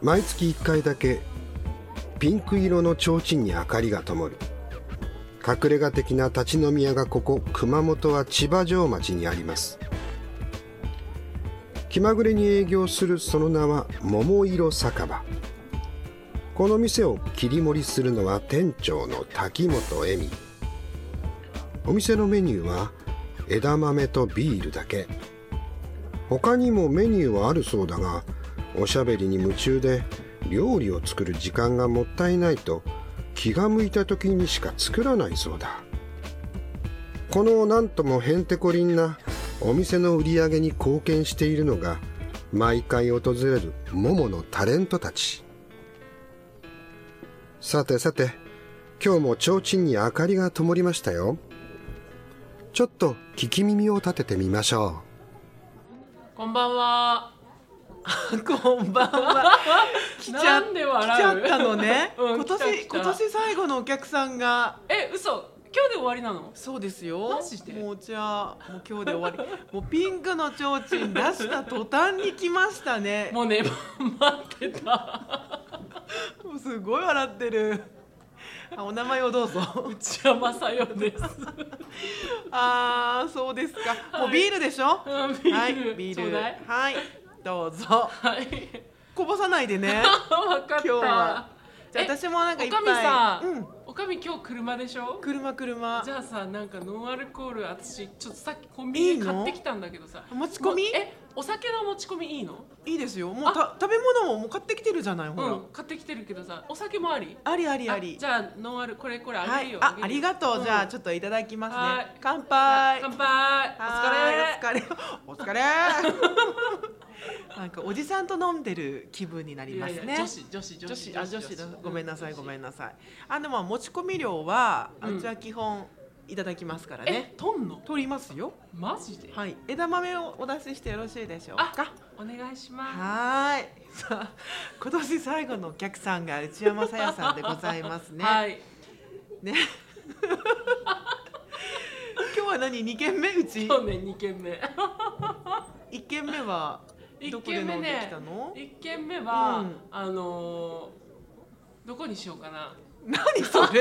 毎月1回だけピンク色の提灯に明かりが灯る隠れ家的な立ち飲み屋がここ熊本は千葉城町にあります気まぐれに営業するその名は桃色酒場この店を切り盛りするのは店長の滝本恵美お店のメニューは枝豆とビールだけ他にもメニューはあるそうだがおしゃべりに夢中で料理を作る時間がもったいないと気が向いた時にしか作らないそうだこのなんともへんてこりんなお店の売り上げに貢献しているのが毎回訪れるモモのタレントたちさてさて今日も提灯に明かりが灯りましたよちょっと聞き耳を立ててみましょこんばんは。こんばんは。来ちゃ なんで来笑うちゃったの ね。うん今来た年来た今年最後のお客さんがえ、嘘。今日で終わりなの。そうですよ。マジでもうじゃあもう今日で終わり。 もうピンクの提灯出した途端に来ましたね。もうね、 待ってた。もうすごい笑ってる。あお名前をど うぞ。内山さよ です。ああそうですか。もうビールでしょ。うんビールはいビちょーうルだい。はいどうぞ。はい。こぼさない でね。わかった。今日はじゃあえ私もなんかいっぱい。おかみさんうん。おかみ今日車でしょ。車車じ。ゃあさ、なんかノンアルコール、私ちょっとさっきコンビニで買ってきたんだけどさ。持ち込みもうえ、お酒の持ち込みいいの？いいですよ。もうた食べ物ももう買ってきてるじゃない。ほうら。ん、買ってきてるけどさ、お酒もあり。ありありあり。じゃあノンアルこれこれあはげるいよ。。あ、ありがとう。じゃあょっちょっといただきまはすいね。乾杯。乾杯。お疲れ。はーいお疲れ。 お疲れ。なんかおじさんと飲んでる気分になりますいやね。いや女子女子女子あ女子だ。ごめんなさいごめんんなさい。あでも持ち込み料はあうんうちは基本いただきますからえね。取んの取りますよ。マジで、はい。枝豆をお出ししてよろしいでしょうあか。お願いしまはーい。さあ今年最後のお客さんが内山さやさんでございますすね。はいね。今日は何二軒目うち今日ね二軒目 一軒目はど一こで軒飲目んでねきたの？一軒目は、うんあのー、どこにしようかな 何それ？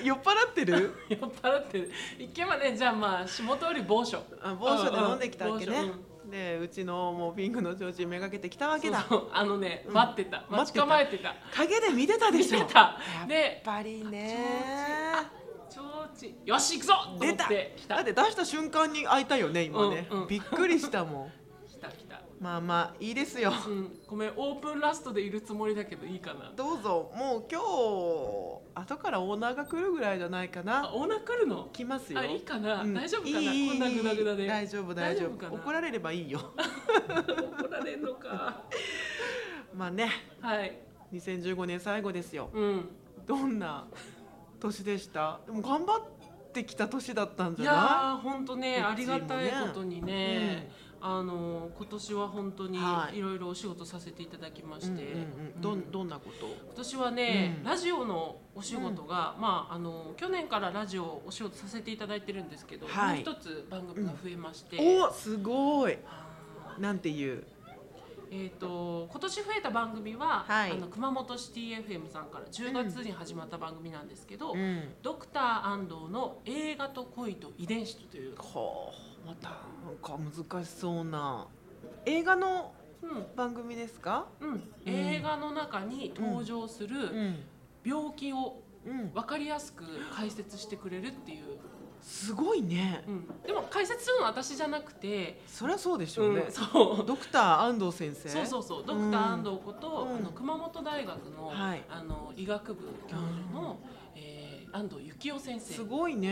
え酔っ払ってる？酔っ払ってる一軒目はねじゃあまあ下通り某所あ某所で飲んできたわけねうんうん某所。でうちのもうピンクの提灯めがけてきたわけそうだそ。うあのね、うん待ってた待待っちてた構えてた影で見てたで見しょ。てやったでぱりね。ちょうちよし行くぞと思出。ったて来ただって出した瞬間に開いたよね今ねうんうん。びっくりしたもん。来た来たまあまあいいですよ。うん、ごめんオープンラストでいるつもりだけどいいかなどうぞもう今日後からオーナーが来るぐらいじゃないかあなオーナー来るの来ますよあいいかな、うん大丈夫かないいこんないいグダグダで大丈夫大丈夫かな怒られればいいよ 怒られるの かまあねはい2015年最後ですようんどんな年でしたでも頑張ってきた年だったんいじゃなやー本当ねうちもねありがたいことにねあのー今年は本当にはいいろいろお仕事させていただきまい、うしんて、ううんうんん、どんどんなこと今年はね、うんラジオのお仕事が、まああのー去年からラジオお仕事させていただいてるんですけど、はいもう一つ番組が増えまして、おすごいあーなんていうえー、と今年増えた番組は、はいあの熊本シティ FM さんから10月に始まった番組なんですけど、うんドクター安藤の「映画と恋と遺伝子と」という、はあまたなんか難しそうな映画のう番組ですかんうん、映画の中に登場するん病気をうん分かりやすく解説してくれるっていう、すごいねうん、でも解説するのは私じゃなくて、そりゃそうでしうょうね、ん、そうドクター安藤先生そうそうそうドクター安藤こと、うんあの熊本大学の,、はいあの医学部教授の、えー安藤幸雄先生すごいね、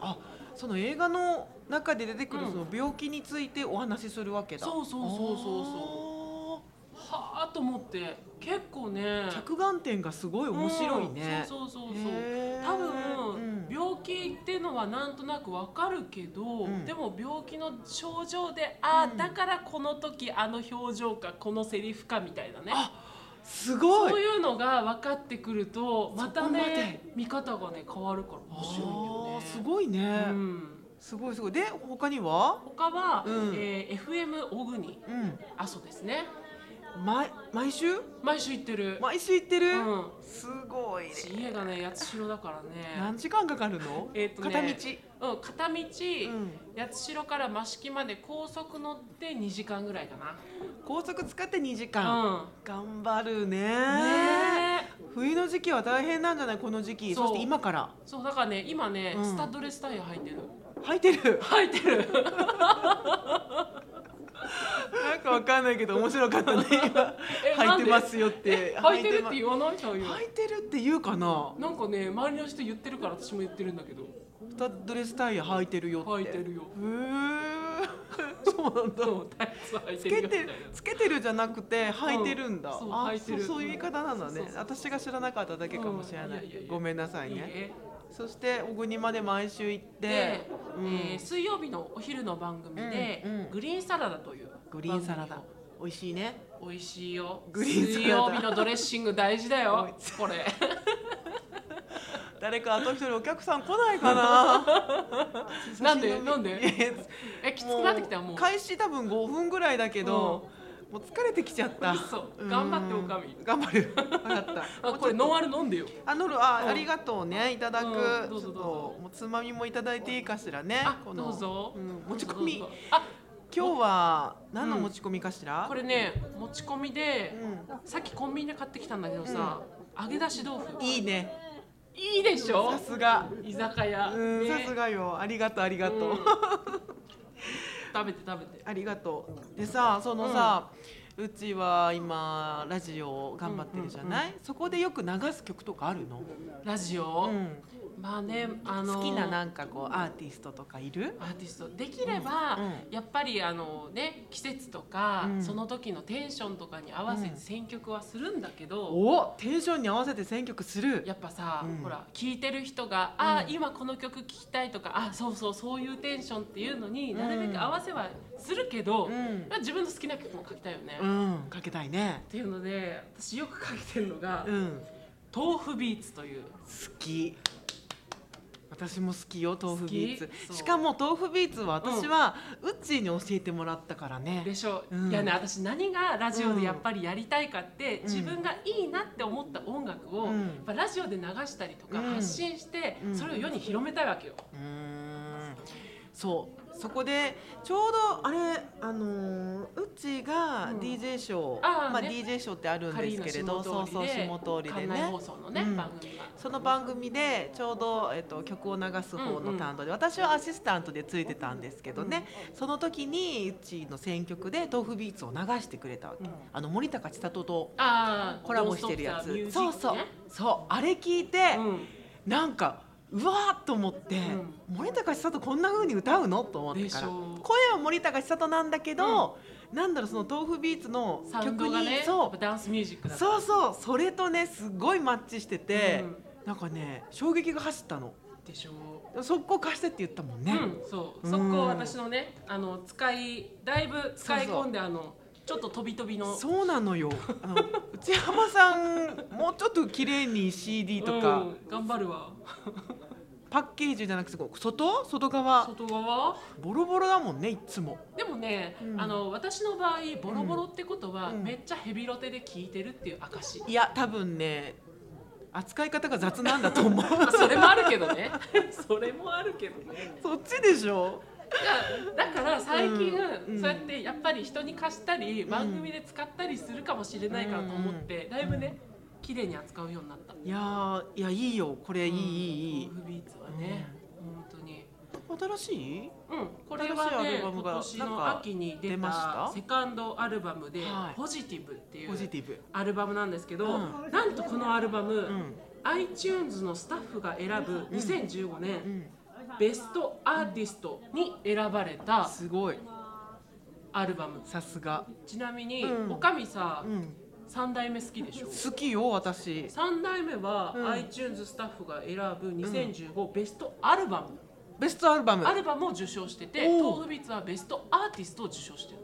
あその映画の中で出てくるうんその病気についてお話しするわけだ、そうそうそうそうそそうはあと思って結構ねう着眼点がすごい面白いね、うんそうそうそうそうへー多うん分、病気ってのはなんとなくわかるけど、うんでも病気の症状でああ、うんだからこの時あの表情かこのセリフかみたいなねあすごいそういうのが分かってくるとまたそこまねで見方がね変わるから面白いよあーね。すごいね、うん、すごいすごいで他には他は、うんえー FM 小国うん阿蘇ですね。毎毎週毎週行ってる、毎週行ってる、うんすごいね私家がね八代だからね何時間かかるの、えーとね片道、うん、片道、うん八代から益城まで高速乗って2時間ぐらいかな高速使って2時間、うん頑張るねねえ冬の時期は大変なんじゃないこの時期そうそして今からそうだからね今ね、うんスタッドレスタイヤ履いてる履いて る履いてるなんかわかんないけど面白かったね今 え履いてますよって履いてるってう言わないそういう履いてるって言うかななんかね周りの人言ってるから私も言ってるんだけどスタッドレスタイヤ履いてるよって履いてるよへえ そうなんだそうタイツ履いつてるよけみたいてなつけてるじゃなくて履いてるんだ、うんそうあ履いてるそうそういう言い方なんだねそうそうそう私が知らなかっただけかもしれない,、うんいやいやいやごめんなさいねいいえそして小国まで毎週行って、で、うんえー水曜日のお昼の番組で、うんうんグリーンサラダという番組をグリーンサラダ美味しいね美味しいよグリーンサラダ水曜日のドレッシング大事だ よこれ誰かあと一人お客さん来ないかな なんでなんでいやいやえきつくなってきたよもう開始多分5分ぐらいだけど、もう疲れてきちゃった嘘うん頑張っておかみ頑張る分かった あこれノンアル飲んでよあのるあ、うんありがとうねいただく、うんどうぞどちょっとうぞもうつまみもいただいていいかしらねあこのどうぞ、うん持ち込みどうぞどうぞあ今日は何のうん持ち込みかしら、これね持ち込みで、うさっきコンビニで買ってきたんだけどさ、揚げ出し豆腐ん、いいねいいでしょさすが居酒屋、うん、ねさすがよありがとうありがとう、うん食べて食べてありがとうでさそのさ、うちは今ラジオ頑張ってるじゃない、そこでよく流す曲とかあるの、ラジオ、うんまあねあの好きななんかこうアーティストとかいるアーティストできれば、うんうんやっぱりあのね季節とか、うんその時のテンションとかに合わせて選曲はするんだけど、おテンションに合わせて選曲するやっぱさ、うんほら聴いてる人が「ああ今この曲聴きたい」とか「あそうそうそういうテンション」っていうのになるべく合わせはするけど、うんまあ自分の好きな曲も書きたいよね。うっんかけたいねていうので私よく書いてるのが「うん豆腐ビーツ」という好き私も好きよ豆腐ビーツ好きそうしかも豆腐ビーツは私はウッチーに教えてもらったからねでしょ、うんいやね私何がラジオでやっぱりやりたいかって、ん自分がいいなって思った音楽を、うんやっぱラジオで流したりとかうん発信して、うんそれを世に広めたいわけよ。うーんそうそこでちょうどあれあのーうちがうん DJ ショー、あーまあ、ね DJ ショーってあるんカでリーすナけれ下どそう通そうりで下通りで館内ね放送のね、うん番組が。その番組でちょうど、えっと、曲を流す方の担当で、私はアシスタントでついてたんですけどね、その時にうちの選曲で豆腐ビーツを流してくれたわけ、うんあの森高千里とああコラボしてるやつ、ミュージックそうねそうそうあれ聞いて、なんかうわーっと思って、森高千里こんな風に歌うのと思ってかでらしょう声は森高千里なんだけど、なんだろうその豆腐ビーツのうん、サウン曲ドに、がねやっそぱうダンスミュージックだからそうそうそれとねすごいマッチしてて、うんなんかね衝撃が走ったのでしょう。速攻貸してって言ったもんね、うん、そう、うんそこ私のね、あの使い、だいぶ使い込んで、あのちょっと飛び飛びの。そうなのよあの内山さんもうちょっと綺麗に CD とか、うん頑張るわ。パッケージじゃなくてこう外外側外側。ボロボロだもんねいっつもでもね、うんあの私の場合ボロボロってことは、うんめっちゃヘビロテで聞いてるっていう証、いや多分ね扱い方が雑なんだと 思うまあそれもあるけど ねそれもあるけどねそっちでしょいやだから最近、うんうんそうやってやっぱり人に貸したり、ん番組で使ったりするかもしれないからと思って、だいぶね綺麗に扱うようになったいいやーいやいいよこれいい、いいいい豆腐ビーツはね、本当に新しいうん、これは新しいアねルバムが今年なんのか秋に出出またしたセカンドアルバムで「はいポジティブ」っていポジうティブアルバムなんですけど、うなんとこのアルバム、ん iTunes のスタッフが選ぶ2015年、んベストアーティストに選ばれたすごいアルバムさすがちなみに、うんおかみさ、うん3代目好きでしょ好きよ私3代目は、うん iTunes スタッフが選ぶ2015ベストアルバム、ベストアルバムアルバムを受賞してておう豆腐ビーツはベストアーティストを受賞してる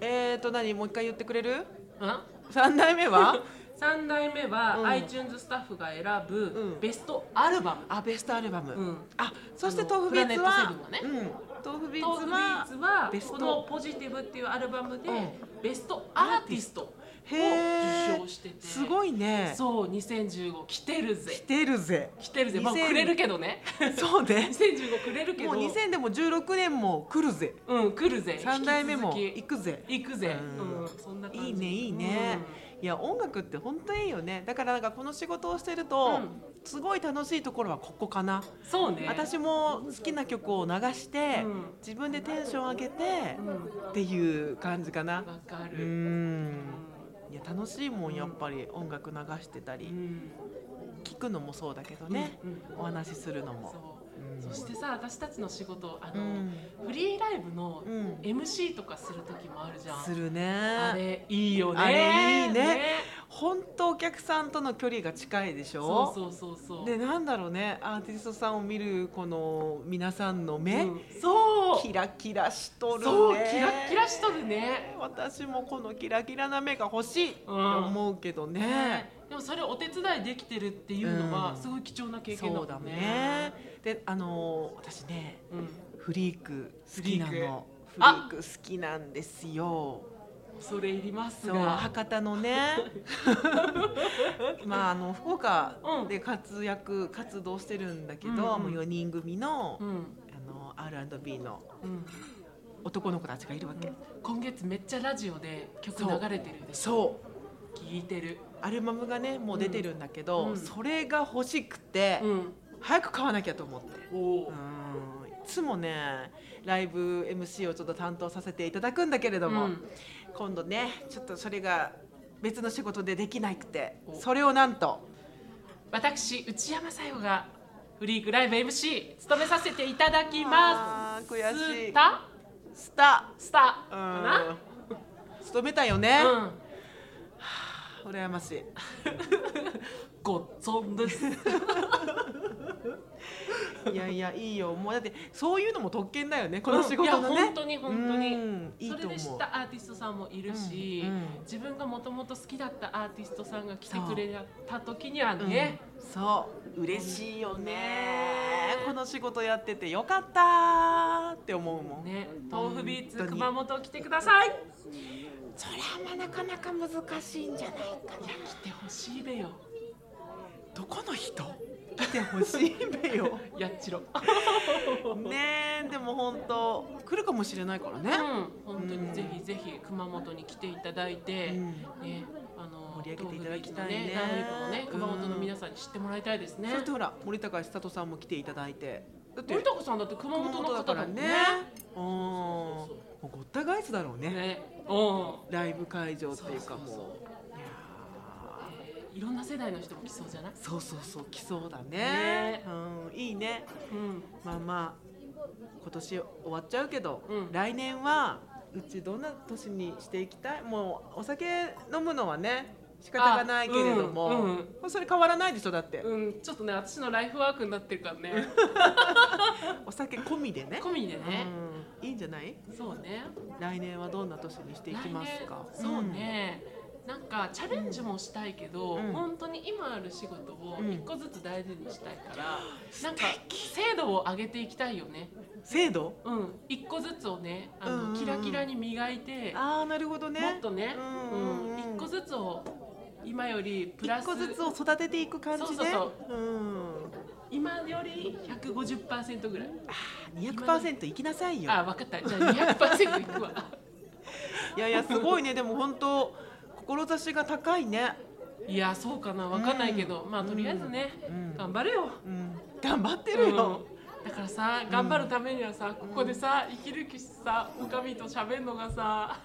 えーと何もう一回言ってくれるうん三代目は3代目は、うん iTunes スタッフが選ぶうんベストアルバム、 あベストアルバム、うんあそして豆腐ビーツあはのプラネットセブうん、豆腐ビトーーツフビはーツはベストこの「ポジティブ」っていうアルバムでうんベストアーティストへをー受賞しててすごいねそう2015来てる来ぜてるぜ来てるぜまあ2000くれるけどねそうね2015くれるけどもう2000でも16年も来るぜうん来るぜ3代目も引き続行くぜき行くぜううんんそんな感じいいねいいね、いや音楽って本当にいいよねだからなんかこの仕事をしてると、すごい楽しいところはここかな、うんそうね私も好きな曲を流して、うん自分でテンション上げて、うんわっていう感じかなかうるんういや楽しいもんやっぱり音楽流してたり、ん聞くのもそうだけどね、うんうんお話しするのもそうそしてさ私たちの仕事あうのん、フリーライブのうん MC とかする時もあるじゃんするあれねいいよねあれいいね本当お客さんとの距離が近いでしそょうそうそうそうでなんだろうねアーティストさんを見るこの皆さんの目、うんそうキラキラしとるねそうキラッキラしとるね私もこのキラキラな目が欲しいってうん思うけどね、でもそれお手伝いできてるっていうのうはんすごい貴重な経験だそもうんだね,、ねであのー私ねうん、フリーク好きなフリーのフリーあク好きなんですよそれいりますそうが博多 のねまああの福岡うんで活躍活動してるんだけど、うんうんもう4人組の,、うん、あの R&B のうん、男の子たちがいるわけ、今月めっちゃラジオで曲そう流れてるでしょそう聞いてるアルバムがねもう出てるんだけど、うんそれが欲しくて、うん早く買わなきゃと思って。おうおんいつもねライブ MC をちょっと担当させていただくんだけれども、うん今度ねちょっとそれが別の仕事でできなくておそれをなんと私内山さよがフリークライブ MC 務めさせていただきまあーす悔しいスタスタスタうかんな勤めたよね、うん羨ましいごっつんですいやいやいいよもうだってそういうのも特権だよねこの仕事のいや本ね、当に本当に、うんいいそれとで知思っうたアーティストさんもいるし、うんうん自分がもともと好きだったアーティストさんが来てくれた時にはね、うんそう嬉しいよねうんこの仕事やっててよかったって思うもんね豆腐ビーツ本当に熊本来てくださいそれはまあなかなか難しいんじゃないかな来てほしいべよどこの人来てほしい べよやっちろねえでも本当来るかもしれないからうねん、本当うんにぜひぜひ熊本に来ていただいて、うんねあの盛り上げていただきたいね豆腐ビーツのライブをねうん熊本の皆さんに知ってもらいたいですねそれとほら森高千里さんも来ていただいてだって森高さんだって熊熊本の本だ方かだらもんねねうんもうごった返すだろうねねうんライブ会場っていうかもうそうそういやいろんな世代の人も来そうじゃないーそうそうそう来そうだねねうんいいねうんまあまあ今年終わっちゃうけど、うん来年はうちどんな年にしていきたいもうお酒飲むのはね仕方がないけれども、あうんそれ変わらないでしょだって、うん、ちょっとね私のライフワークになってるからねお酒込みでね込みでね、うん、いいんじゃないそうね来年はどんな年にしていきますか来年そう、ね、なんかチャレンジもしたいけど、うん本当に今ある仕事をうん一個ずつ大事にしたいから、なんか精度を上げていきたいよねうん制度うん一個ずつをねあの、うんうんうんキラキラに磨いて、ああなるほどねもっとね、ううんんうんうん一個ずつを今よりプラス一個ずつを育てていく感じでそうそううん今より150%ぐらい200%いきなさいよあ分かったじゃあ200%いくわいやいやすごいねでも本当志が高いね、いやそうかな分かんないけど、まあとりあえずね、うん頑張れようん、頑張ってるよ、うんだからさ頑張るためにはさ、ここでさ生きる気さおかみと喋るのが さ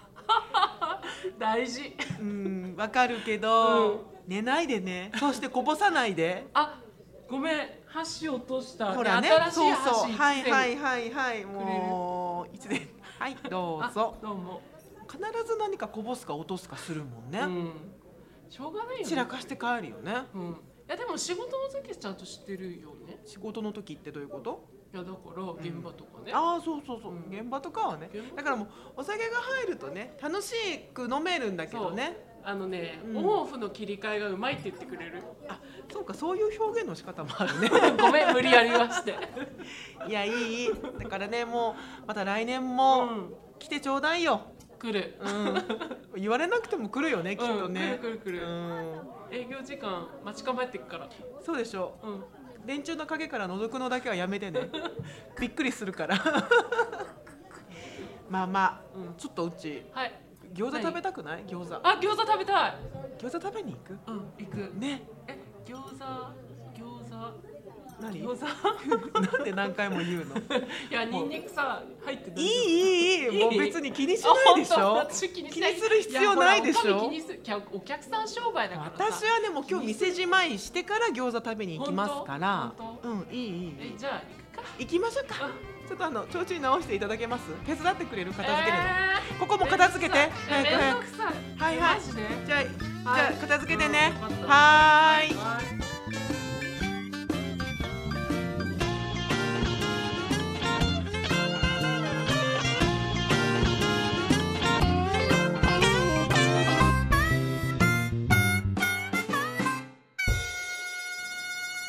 大事うんわかるけど、寝ないでねそしてこぼさないであごめん箸落としたほらね新しいそう箸そうはいはいいはいはいもう一年はいどうぞどうも、必ず何かこぼすか落とすかするもんね、うん、しょうがないよね散らかして帰るよねうん、いやでも仕事の時ちゃんとしてるよね仕事の時ってどういうこといやだから現場とかね、ああそうそうそう、うん現場とかはね現場だからもうお酒が入るとね楽しく飲めるんだけどねあのね、うんオンオフの切り替えがうまいって言ってくれる あそうかそういう表現の仕方もあるねごめん無理やりましていやいいいいだからねもうまた来年うもん来てちょうだいよ、来る、うん、 言われなくても来るよねきっとね、うん来る来る来るうん営業時間待ち構えてっからそうでしょうん電柱の陰から覗くのだけはやめ てねびっくりするからまあまあ、うん、ちょっとうちはい餃子食べたくない餃子餃あ餃子食べたい子食べに行くうん行くねえ餃子餃子何餃子なんで何回も言うの いやニンニクさ入ってい大い丈夫いいいいもう別に気にしないでしあ本ょ当私気にし気ないにする必要ないでしやほらょ女将気にするいやお客さん商売だからさ私はねもう今日店じまいしてから餃子食べに行きますから本当うんいいいいいえいじゃあ行くか行きましょうかちょっとあの提灯直していただけます手伝ってくれる片付けるの、えーここも片付けてめん早く早どくくさいえはいはいマジでじゃあ、じゃあ片付けてねうん分か。ったはーい。はい